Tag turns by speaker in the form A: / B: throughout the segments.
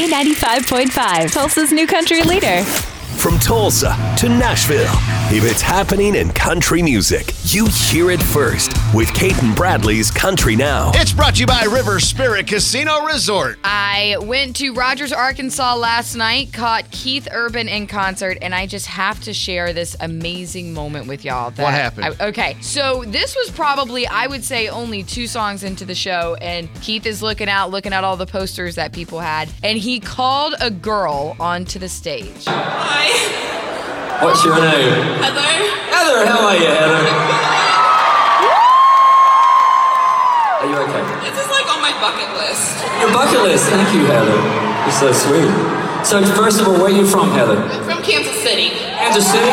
A: K95.5, Tulsa's new country leader.
B: From Tulsa to Nashville, if it's happening in country music, you hear it first with Kaiten Bradley's Country Now.
C: It's brought to you by River Spirit Casino Resort.
D: I went to Rogers, Arkansas last night, caught Keith Urban in concert, and I just have to share this amazing moment with y'all. that
C: What happened?
D: I- okay, so this was probably, I would say, only two songs into the show, and Keith is looking out, looking at all the posters that people had, and he called a girl onto the stage.
E: Hi.
F: What's your name?
E: Hello.
F: Heather, how are you, Heather? Are you okay?
E: This is like on my bucket list.
F: Your bucket list. Thank you, Heather. You're so sweet. So, first of all, where are you from, Heather?
E: From Kansas City.
F: Kansas City.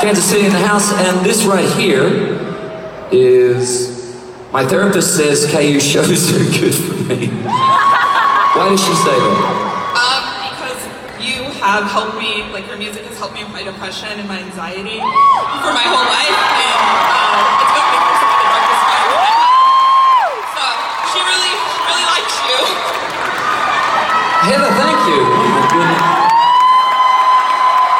F: Kansas City in the house, and this right here is my therapist says KU shows are good for me. Why does she say that?
E: Um, because you have helped me, like your music has helped me with my depression and my anxiety for my whole life, and uh, it's got me through some of the darkest times. that I've had. So she really, really likes you.
F: Heather, thank you. Oh, my goodness.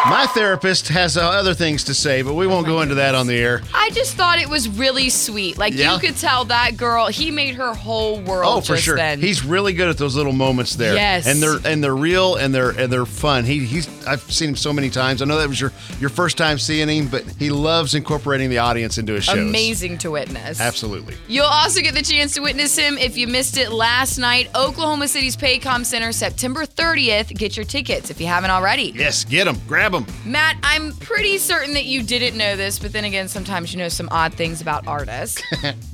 C: My therapist has uh, other things to say, but we won't go into that on the air.
D: I just thought it was really sweet. Like,
C: Yeah.
D: you could tell that girl, he made her whole world
C: Oh, for
D: just
C: sure.
D: then.
C: He's really good at those little moments there.
D: Yes.
C: and they're and they're real and they're and they're fun. He he's I've seen him so many times. I know that was your your first time seeing him, but he loves incorporating the audience into his shows.
D: amazing to witness.
C: Absolutely.
D: You'll also get the chance to witness him if you missed it last night. Oklahoma City's Paycom Center, September 30th. Get your tickets if you haven't already.
C: Yes, get him, grab him.
D: Matt, I'm pretty certain that you didn't know this, but then again, sometimes you know some odd things about artists.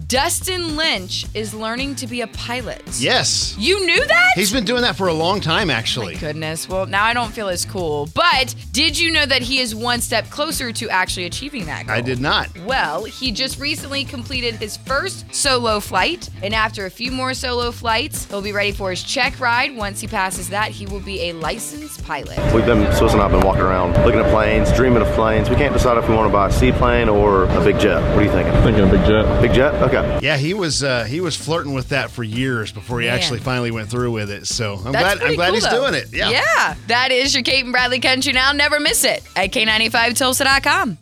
D: Dustin Lynch is learning to be a pilot.
C: Yes,
D: You knew that?
C: he's been doing that for a long time, actually.
D: Oh Goodness. Well, now I don't feel as cool. But did you know that he is one step closer to actually achieving that goal?
C: I did not.
D: Well, he just recently completed his first solo flight, and after a few more solo flights, he'll be ready for his check ride. Once he passes that, he will be a licensed pilot.
G: We've been, Swiss and I have been walking around, looking at planes, dreaming of planes. We can't decide if we want to buy a seaplane or a big jet. What are you thinking?
H: Thinking a big jet.
G: Big jet? Okay.
C: Yeah, he was uh, he was flirting with that for years before he
D: Man.
C: actually finally went through with it. So I'm
D: That's
C: glad
D: pretty
C: I'm glad
D: cool,
C: he's
D: though.
C: doing it.
D: Yeah. That is your Kate and Bradley Country Now. Never miss it at K95Tulsa.com.